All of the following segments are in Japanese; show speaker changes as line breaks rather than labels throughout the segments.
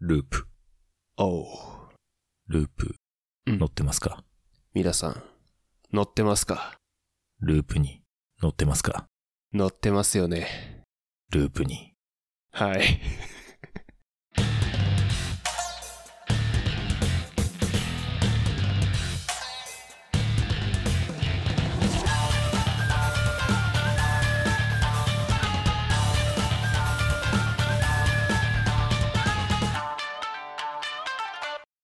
ループ。
おう。
ループ。
うん
乗ってますか、
皆さん、乗ってますか
ループに乗ってますか
乗ってますよね。
ループに。
はい。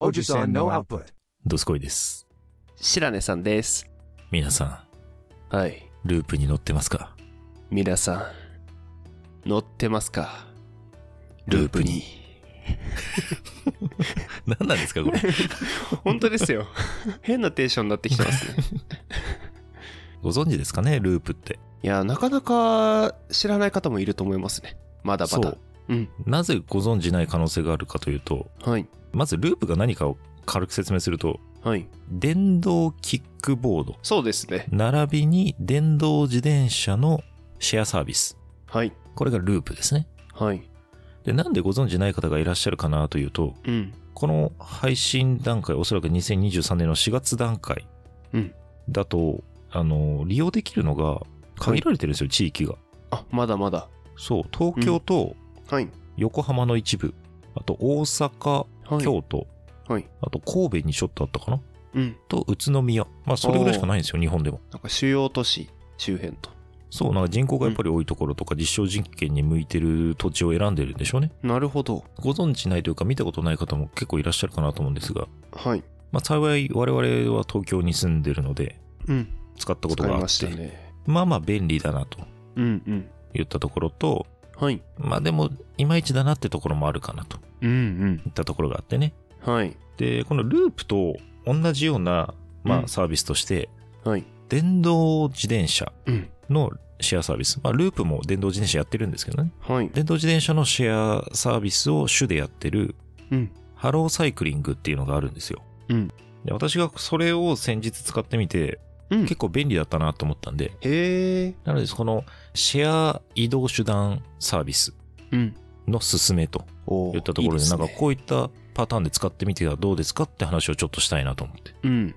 Ojusan no output.
どすこいです。
白根さんです。
皆さ
はい。
ん、ループに乗ってますか
皆さん、乗ってますか
ループに。 何なんですかこれ。
本当ですよ。変なテンションになってきてます ね。
ご存知ですかねループって。
いや、なかなか知らない方もいると思いますね。まだま
そ
だ
う。。
うん
なぜご存知ない可能性があるかというと、
はい。
まずループが何かを軽く説明すると、
はい。
電動キックボード、
そうですね。
並びに電動自転車のシェアサービス。
はい。
これがループですね。
はい。
で、なんでご存知ない方がいらっしゃるかなというと、
うん。
この配信段階、おそらく2023年の4月段階
うん
だと、あの、利用できるのが限られてるんですよ、地域が。
あ、まだまだ。
そう、東京と
はい。
横浜の一部、あと大阪、
はい。
京都、
はい。
あと神戸にちょっとあったかな
うん。
と宇都宮。まあ、それぐらいしかないんですよ、日本でも。
なんか主要都市周辺と。
そう、なんか人口がやっぱり多いところとか、実証実験に向いてる土地を選んでるんでしょうね。
なるほど。
ご存知ないというか、見たことない方も結構いらっしゃるかなと思うんですが、
はい。
まあ、幸い我々は東京に住んでるので、
うん。
使ったこと
使い
があ
ま
っ、
してたね。
まあまあ便利だなと
うんうん。
言ったところと、
はい。
まあでも、いまいちだなってところもあるかなと
うん
いったところがあってね。
うん。はい。
で、このループと同じような、ま
う
あ
ん
サービスとして、
はい。
電動自転車
うん。
のシェアサービス。まあ、ループも電動自転車やってるんですけどね。
はい。
電動自転車のシェアサービスを主でやってる、
うん。
ハローサイクリングっていうのがあるんですよ。
うん
で私がそれを先日使ってみて、
うん
結。構便利だったなと思ったんで、
へえ。
なので、このシェア移動手段サービス
うん。
の勧めと
おー
言ったところで、
いいす
な
ね
んかこういったパターンで使ってみてはどうですかって話をちょっとしたいなと思って。
うん。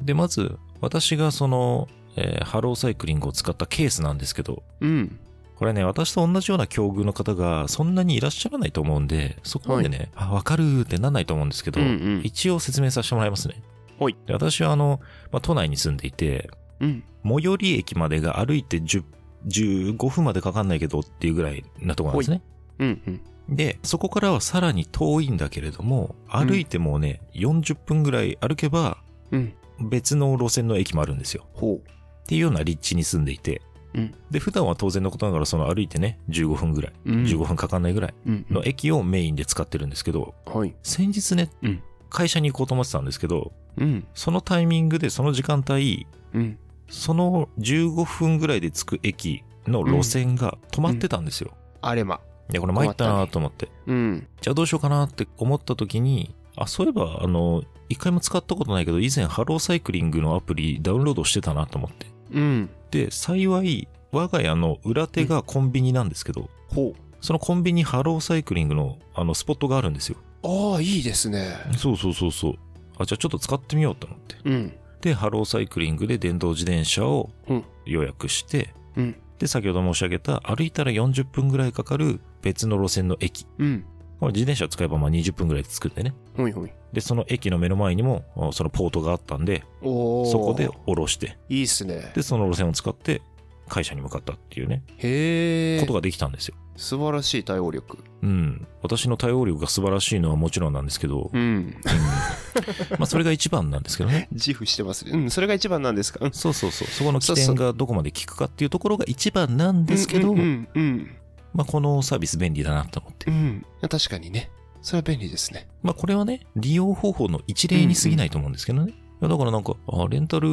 で、まず、私がその、えーハローサイクリングを使ったケースなんですけど、
うん。
これね、私と同じような境遇の方がそんなにいらっしゃらないと思うんで、そこまでね、あ、わかるーってなんないと思うんですけど、
うんうん。
一応説明させてもらいますね。
ほい
で私はあの、まあ、都内に住んでいて、
うん。
最寄り駅までが歩いて10 15分までかかんないけどっていうぐらいなとこなんですね。
うんうん。
で、そこからはさらに遠いんだけれども、歩いてもうね、40分ぐらい歩けば、
うん。
別の路線の駅もあるんですよ。
ほう。
っていうような立地に住んでいて、
うん
で、普段は当然のことながら、その歩いてね、15分ぐらい、
うん
15分かかんないぐらい
うんうん
の駅をメインで使ってるんですけど、
はい。
先日ね、
うん
会社に行こうと思ってたんですけど、
うん。
そのタイミングで、その時間帯、
うん。
その15分ぐらいで着く駅の路線が止まってたんですよ。
あれま。
いや、これ参ったなと思って。
うん。
じゃあどうしようかなって思った時に、あ、そういえば、あの、一回も使ったことないけど、以前ハローサイクリングのアプリダウンロードしてたなと思って。
うん。
で、幸い、我が家の裏手がコンビニなんですけど、
ほ
そのコンビニハローサイクリングのあのスポットがあるんですよ。
う。ああ、いいですね。
そうそうそうそう。あ、じゃあちょっと使ってみようと思って。
うん。
で、ハローサイクリングで電動自転車を
うん
予約して、
うん。
で、先ほど申し上げた、歩いたら40分ぐらいかかる別の路線の駅。
うん。
これ自転車使えばまあ20分ぐらいで着くんでね。
ほいほい。
で、その駅の目の前にも、あそのポートがあったんで、
おお。
そこで降ろして、
いいっすね。
で、その路線を使って、会社に向かったっていうね、
へえ。
ことができたんですよ。
素晴らしい対応力。
うん。私の対応力が素晴らしいのはもちろんなんですけ ど、
うん。
まあそれが一番なんですけど ね。
自負してますね。うん、それが一番なんですか。うん
そうそうそう。そこの起点がどこまで効くかっていうところが一番なんですけど、
うんうんうん、
まあこのサービス便利だなと思って
う。ん。確かにね。それは便利ですね。
まあこれはね、利用方法の一例に過ぎないと思うんですけどね。いやだからなんか、あレンタル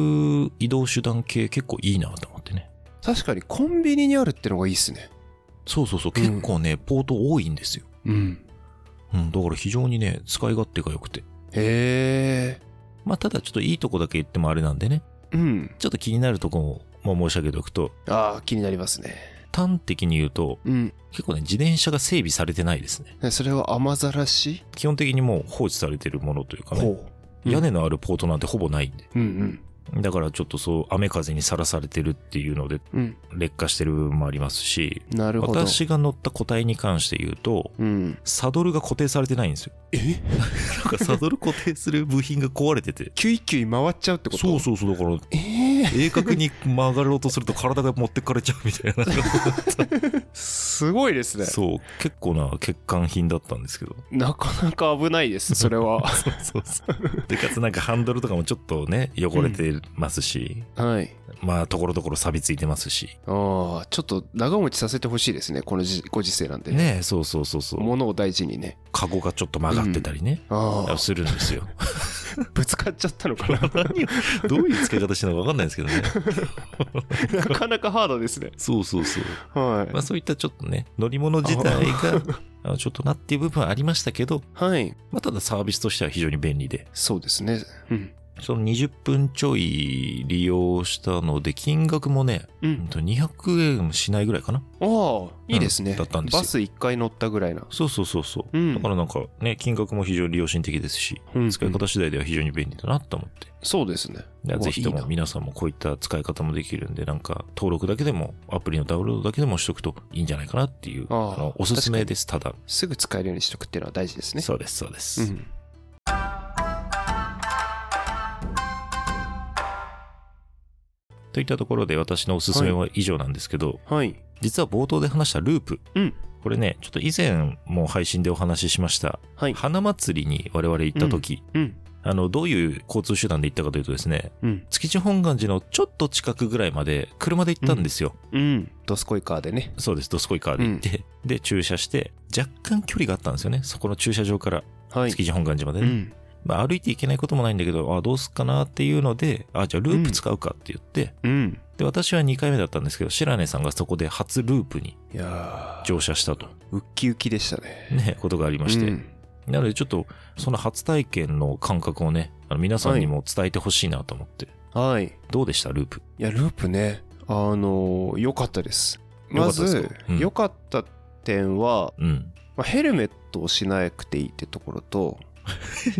移動手段系結構いいなと思ってね。
確かにコンビニにあるってのがいいですね。
そうそうそう、
うん
結構ね、ポート多いんですよ。
うん。
うん、だから非常にね、使い勝手が良くて。
へえ。
まあただちょっといいとこだけ言ってもあれなんでね、
うん。
ちょっと気になるとこまあ、申し上げておくと、
ああ、気になりますね。
端的に言うと、
うん。
結構ね、自転車が整備されてないですね。
それは雨ざらし
基本的にもう放置されてるものというかね、
ほう。
屋根のあるポートなんてほぼないんで。
うんうん。
だからちょっとそう、雨風にさらされてるっていうので、
うん。
劣化してる部分もありますし、
なるほど。
私が乗った個体に関して言うと、
うん。
サドルが固定されてないんですよ。
え
なんかサドル固定する部品が壊れてて。
キュイキュイ回っちゃうってこと
そうそうそう、だから、
ええ
鋭角に曲がろうとすると体が持ってかれちゃうみたいな。
すごいですね。
そう、結構な欠陥品だったんですけど。
なかなか危な いです、それは。
そうそう。で、かつなんかハンドルとかもちょっとね、汚れてますし、
はい。
まあ、ところどころ錆びついてますし。
ああ、ちょっと長持ちさせてほしいですね、このじご時世なんで。
ねえそうそうそうそう。
物を大事にね。
カゴがちょっと曲がってたりね。
ああ、
するんですよ。
ぶつかっちゃったのかな。
何をどういう付け方したのか分かんないですけど ね。
なかなかハードですね。
そうそうそう。
はい。
まあそういったちょっとね、乗り物自体が、 あのちょっとなっていう部分はありましたけど、
はい。
まあただサービスとしては非常に便利で、
そうですね。うん。
その20分ちょい利用したので、金額もね、
う
うん
ん。
と200円もしないぐらいかな。
ああ、いいですね。
うんだったんですよ
バス1回乗ったぐらいな。
そうそうそうそう。
うん
だからなんかね、金額も非常に良心的ですし、
うん
使い方次第では非常に便利だなと思って。
そうですね。
でぜひと
う
も
わいい
皆さんもこういった使い方もできるんで、なんか登録だけでも、アプリのダウンロードだけでもしとくといいんじゃないかなっていう、
ああ
あのおすすめです、ただ。
なすぐ使えるようにしとくっていうのは大事ですね。
そうです、そうです。
うん。
といったところで私のおすすめは以上なんですけど、
はい。
実は冒頭で話したループ、
うん
これねちょっと以前も配信でお話ししました、
はい
花祭りに我々行った時、
うん。
あのどういう交通手段で行ったかというとですね
うん。
築地本願寺のちょっと近くぐらいまで車で行ったんですよ、
うん。ドスコイカーでね。
そうですドスコイカーで行って、で駐車して若干距離があったんですよねそこの駐車場から
はい。
築地本願寺まで
う
ね、
ん。
まあ、歩いていけないこともないんだけどあどうすっかなっていうのであじゃあループ使うかって言って、
うん。
で私は2回目だったんですけど白根さんがそこで初ループに
いやー
乗車したと、
ウッキウキでしたね。
ね、ことがありまして、
うん
なのでちょっとその初体験の感覚をねあの皆さんにも伝えてほしいなと思って、
はい。い
どうでしたループ
や、ループね、あのー、良かったです。
良か
ま
ったですか
ず
うん、
良かった点は、
うん
まあヘルメットをしなくていいってところ と、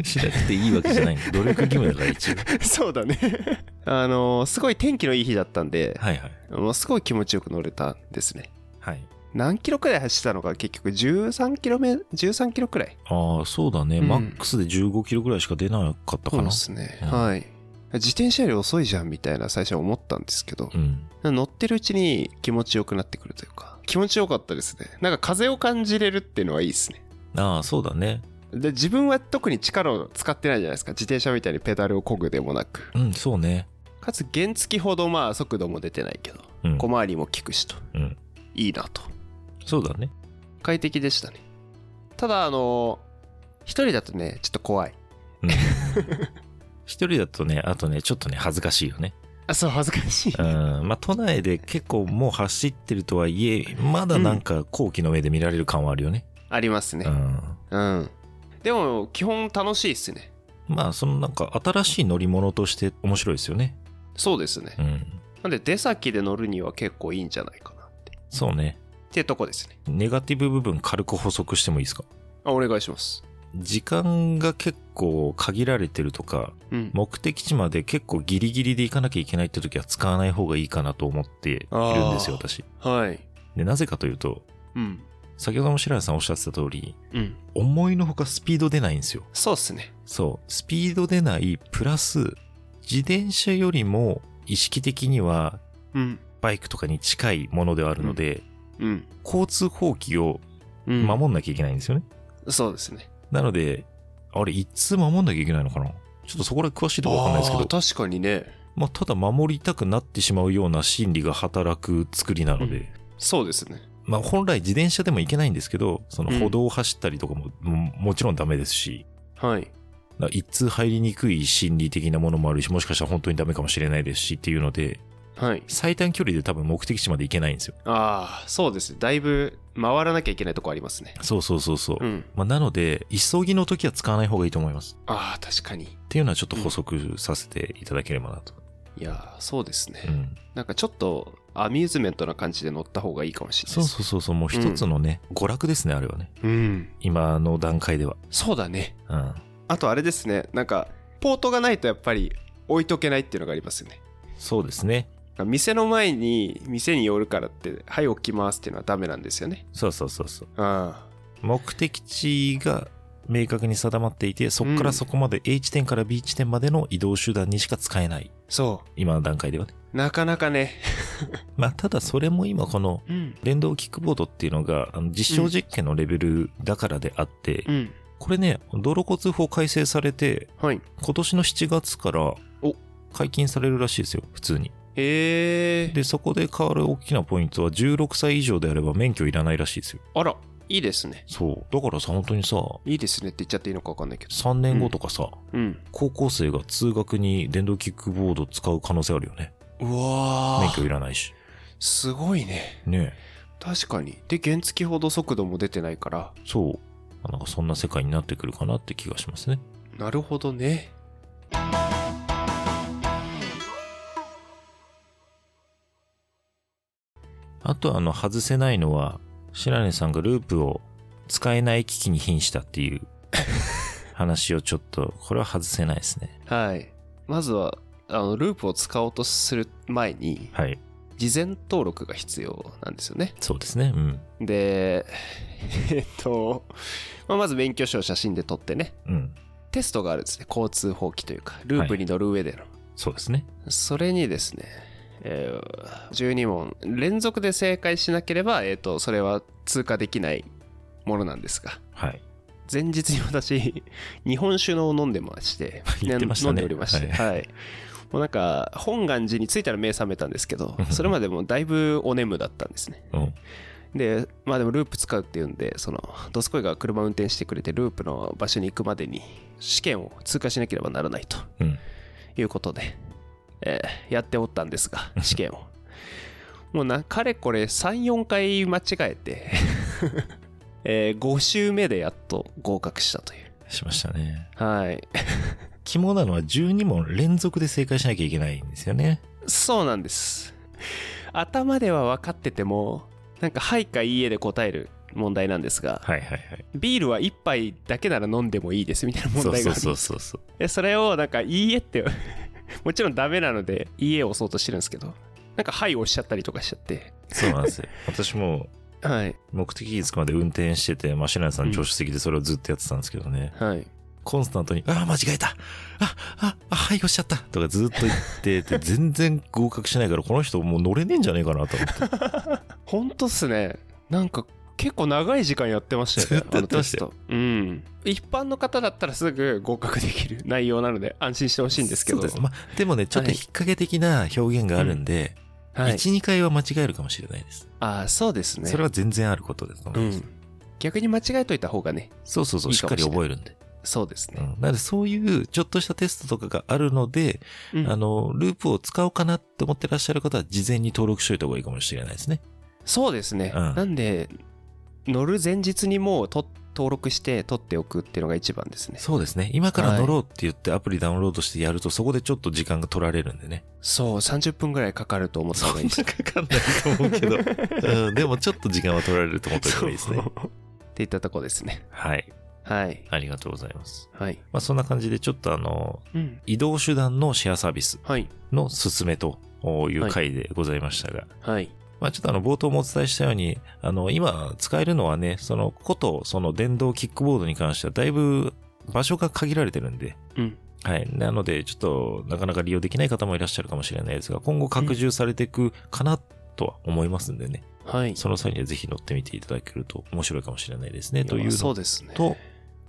しなくていいわけじゃないん で努力義務だから 一応
そうだね。 あのー、すごい天気のいい日だったんで、
はいはい
もうすごい気持ちよく乗れたんですね。
はい
何キロくらい走ったのか、結局13キロ目、13キロくらい。
ああそうだね、
うん
マックスで1 5キロぐらいしか出なかったかな
そうですね、
うん
はい自転車より遅いじゃんみたいな最初は思ったんですけど
うん
乗ってるうちに気持ちよくなってくるというか気持ちよかったですねなんか風を感じれるっていうのはいいですね
ああそうだね
で自分は特に力を使ってないじゃないですか自転車みたいにペダルを漕ぐでもなく
うんそうね
かつ原付ほどまあ速度も出てないけど
うん
小回りも利くしと、
うん
いいなと
そうだね
快適でしたねただあの一人だとねちょっと怖い
一人だとねあとねちょっとね恥ずかしいよね
あそう恥ずかしい
うんまあ都内で結構もう走ってるとはいえまだなんか後期の目で見られる感はあるよね
ありますね
うん
うんでも基本楽しいっすね
まあそのなんか新しい乗り物として面白いですよね。
そうですね。
うん。
なんで出先で乗るには結構いいんじゃないかなって。
そうね。
ってとこですね。
ネガティブ部分軽く補足してもいいですか
あ、お願いします。
時間が結構限られてるとか、
うん。
目的地まで結構ギリギリで行かなきゃいけないって時は使わない方がいいかなと思っているんですよ、
あー
私。
はい。
で、なぜかというと、
うん。
先ほども白井さんおっしゃってた通り、
うん。
思いのほかスピード出ないんですよ。
そうっすね。
そう。スピード出ない、プラス、自転車よりも意識的には
うん。
バイクとかに近いものではあるので、
うん。
交通法規を
うん。
守んなきゃいけないんですよね。
そうですね。
なので、あれ、いつ守んなきゃいけないのかなちょっとそこら辺詳しいとこわかんないですけど、
あー確かにね。
まあ、ただ守りたくなってしまうような心理が働く作りなので、
そうですね。
まあ、本来自転車でもいけないんですけど、その
うん
歩道を走ったりとかも、ももちろんダメですし、
はい。
だから一通入りにくい心理的なものもあるし、もしかしたら本当にダメかもしれないですしっていうので、
はい。
最短距離で多分目的地まで行けないんですよ。
ああ、そうですね。だいぶ回らなきゃいけないとこありますね。
そうそうそうそう。
うん。
まあ、なので、急ぎの時は使わない方がいいと思います。
ああ、確かに。
っていうのはちょっと補足させていただければなと。
いいやーそうですね、
うん、
なんかちょっとアミューズメントな感じで乗った方がいいかもしれない
そう
です
そうそうそうもう一つのね、娯楽ですねあれはね
うん
今の段階では
そうだね
うん
あとあれですねなんかポートがないとやっぱり置いとけないっていうのがありますよね
そうですね
店の前に店に寄るからって「はい置きます」っていうのはダメなんですよね
そうそうそうそう
あ
目的地が明確に定まっていてそこか
うん
らそこまで A 地点から B 地点までの移動手段にしか使えない
あそ
今の段階ではね
うなかなかね
まあただそれも今この
うん
電動キックボードっていうのがあの実証実験のレベルだからであって、
うん
これね道路交通法改正されて
はい
今年の7月から解禁されるらしいですよ普通に
へえ
でそこで変わる大きなポイントは16歳以上であれば免許いらないらしいですよ
あらいいですね
そうだからさ本当にさ
いいですねって言っちゃっていいのか分かんないけど
3年後とかさ、
うん
高校生が通学に電動キックボード使う可能性あるよね
うわ
免
ー
許いらないし
すごいね
ね
確かにで原付ほど速度も出てないから
えそうまあなんかそんな世界になってくるかなって気がしますね
なるほどね
あとあの外せないのは白根さんがループを使えない機器に瀕したって いう話をちょっとこれは外せないですね
はいまずはあのループを使おうとする前に
はい
事前登録が必要なんですよね
そうですねうん
で えっと、まあまず免許証を写真で撮ってね
うん
テストがあるんですね交通法規というかループに乗る上での、
そうですね
それにですね、えー12問連続で正解しなければ、えー、とそれは通過できないものなんですが
はい
前日に私 日本酒のを飲んでまして、
言ってましたね
飲んでおりましてはい、もうなんか本願寺に着いたら目覚めたんですけどそれまでもうだいぶお眠だったんですね
うん
でまあでもループ使うっていうんでそのドスコイが車運転してくれてループの場所に行くまでに試験を通過しなければならないと
うん
いうことで、えーやっておったんですが試験をもうなかれこれ34回間違えて、 え5週目でやっと合格したという
しましたね
はい
肝なのは12問連続で正解しなきゃいけないんですよね
そうなんです頭では分かっててもなんか「はい」か「いいえ」で答える問題なんですが
はいはいはい
ビールは1杯だけなら飲んでもいいですみたいな問
そう
題
そう
がある
そうそうそう
でそれをなんか「いいえ」って もちろんダメなので「いいえ」を押そうとしてるんですけどなんか「はい」押しちゃったりとかしちゃって
そうなんですよ私も
はい
目的地に着くまで運転してて、まあ、白根さん助手席でそれをずっとやってたんですけどね、
はい
コンスタントに、ああ、間違えたあ、あ、あ、はい、押しちゃったとかずっと言って て、全然合格しないから、この人もう乗れねえんじゃねえかなと思って。
ほんとっすねなんか結構長い時間やってましたよ
ずっ
ね
とやってましたよ
あのテストうん一般の方だったらすぐ合格できる内容なので安心してほしいんですけど
そうです。まあ、でもね、ちょっと
はい
引っ掛け的な表現があるんで、
はい、
1、2回は間違えるかもしれないです。
ああそうですね
それは全然あることですの
う
で、
ん逆に間違えといた方がね
そうそうそう、
いい
し
か
っ
も
かり
しれない
覚えるんで。
そうです
う
ね、
ん、なので、そういうちょっとしたテストとかがあるので、
うん
あの、ループを使おうかなって思ってらっしゃる方は、事前に登録しといた方がいいかもしれないですね。
そうですね、
うん
なんで乗る前日にもうと登録して取っておくっていうのが一番ですね
そうですね。今から乗ろうって言ってアプリダウンロードしてやると、そこでちょっと時間が取られるんでね。
そう30分ぐらいかかると思った
そ
方
ん
が
ない
いです
かかんないと思うけ ど、うん、でもちょっと時間は取られると思っておいた方がいいですね
そ。うっていったとこですね
はい。
はい
ありがとうございます。
はい
まあそんな感じでちょっとあの、
うん
移動手段のシェアサービス
はい
の勧めという回でございましたが、
はい
まあちょっとあの冒頭もお伝えしたように、あの今使えるのはね、そのことその電動キックボードに関してはだいぶ場所が限られてるんで、
うん
はい。なので、ちょっと、なかなか利用できない方もいらっしゃるかもしれないですが、今後拡充されていくかなとは思いますんでね。
はい
その際にはぜひ乗ってみていただけると面白いかもしれないですね。という
そ
の
うですね
と、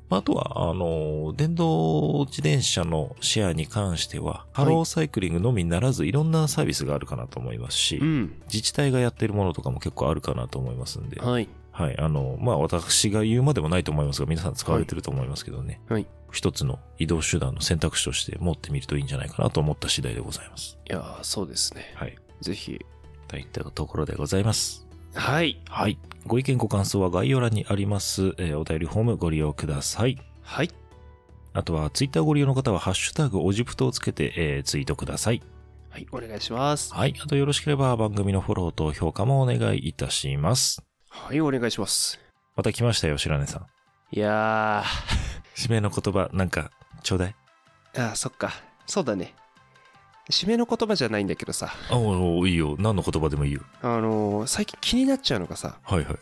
まああとは、あの、電動自転車のシェアに関しては、ハローサイクリングのみならず、いろんなサービスがあるかなと思いますし、
うん
自治体がやってるものとかも結構あるかなと思いますんで、
はい
はい。あの、まあ、私が言うまでもないと思いますが、皆さん使われてると思いますけどね。
はいはい
一つの移動手段の選択肢として持ってみるといいんじゃないかなと思った次第でございます。
いやーそうですね
はい。
ぜひ
といったところでございます。
はい
はい。ご意見ご感想は概要欄にあります、えーお便りフォームご利用ください。
はい
あとは、ツイッターご利用の方は、ハッシュタグ、オジプトをつけて、えーツイートください。
はい、お願いします。
はい。あとよろしければ番組のフォローと評価もお願いいたします。
はい、お願いします。
また来ましたよ、白根さん。
いや
締めの言葉、なんか、ちょうだい。
ー、あー、そっか。そうだね。締めの言葉じゃないんだけどさ、
あおういいよ。何の言葉でもいいよ。
あのー最近気になっちゃうのがさ、
はいはい。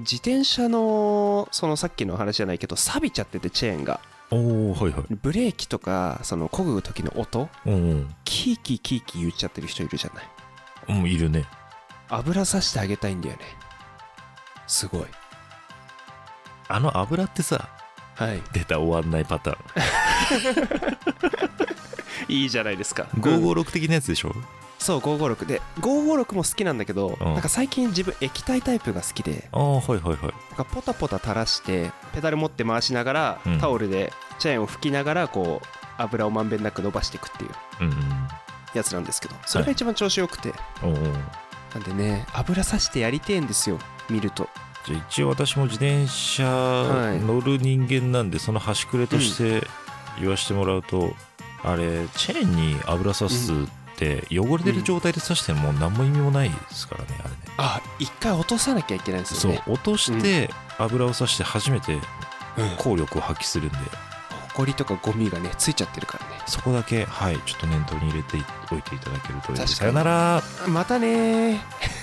自転車の、そのさっきの話じゃないけど、錆びちゃってて、チェーンが。
おおはいはい。
ブレーキとか、その、漕ぐ時の音、
うん、うん。
キーキーキーキー言っちゃってる人いるじゃない。
うん、いるね。
油さしてあげたいんだよね。すごい。
あの油ってさ、
はい。
出た終わんないパター
いいじゃないですか。
ン。556的なやつでしょ、
そう556で556も好きなんだけど、
うん
なんか最近自分液体タイプが好きで
ああ、はいはいはい。
なんかポタポタ垂らしてペダル持って回しながら、
うん
タオルでチェーンを拭きながらこう油をまんべんなく伸ばしていくっていう
うん
やつなんですけどそれが一番調子よくて、
うん。おうおう
なんでね油さしてやりてえんですよ見ると
じゃあ一応私も自転車
い
乗る人間なんで、その端くれとして言わしてもらうと、あれ、チェーンに油さすって、汚れてる状態でさしても何も意味もないですからね、あれね。
あ一回落とさなきゃいけないんです
そ
よ
う
ね、
落として油をさして初めて
うん、
効力を発揮するんで、
埃とかゴミがねついちゃってるからね
そこだけ、はい、ちょっと念頭に入れておいていただけるといい
確か
で
に
す。さよなら
あまたねー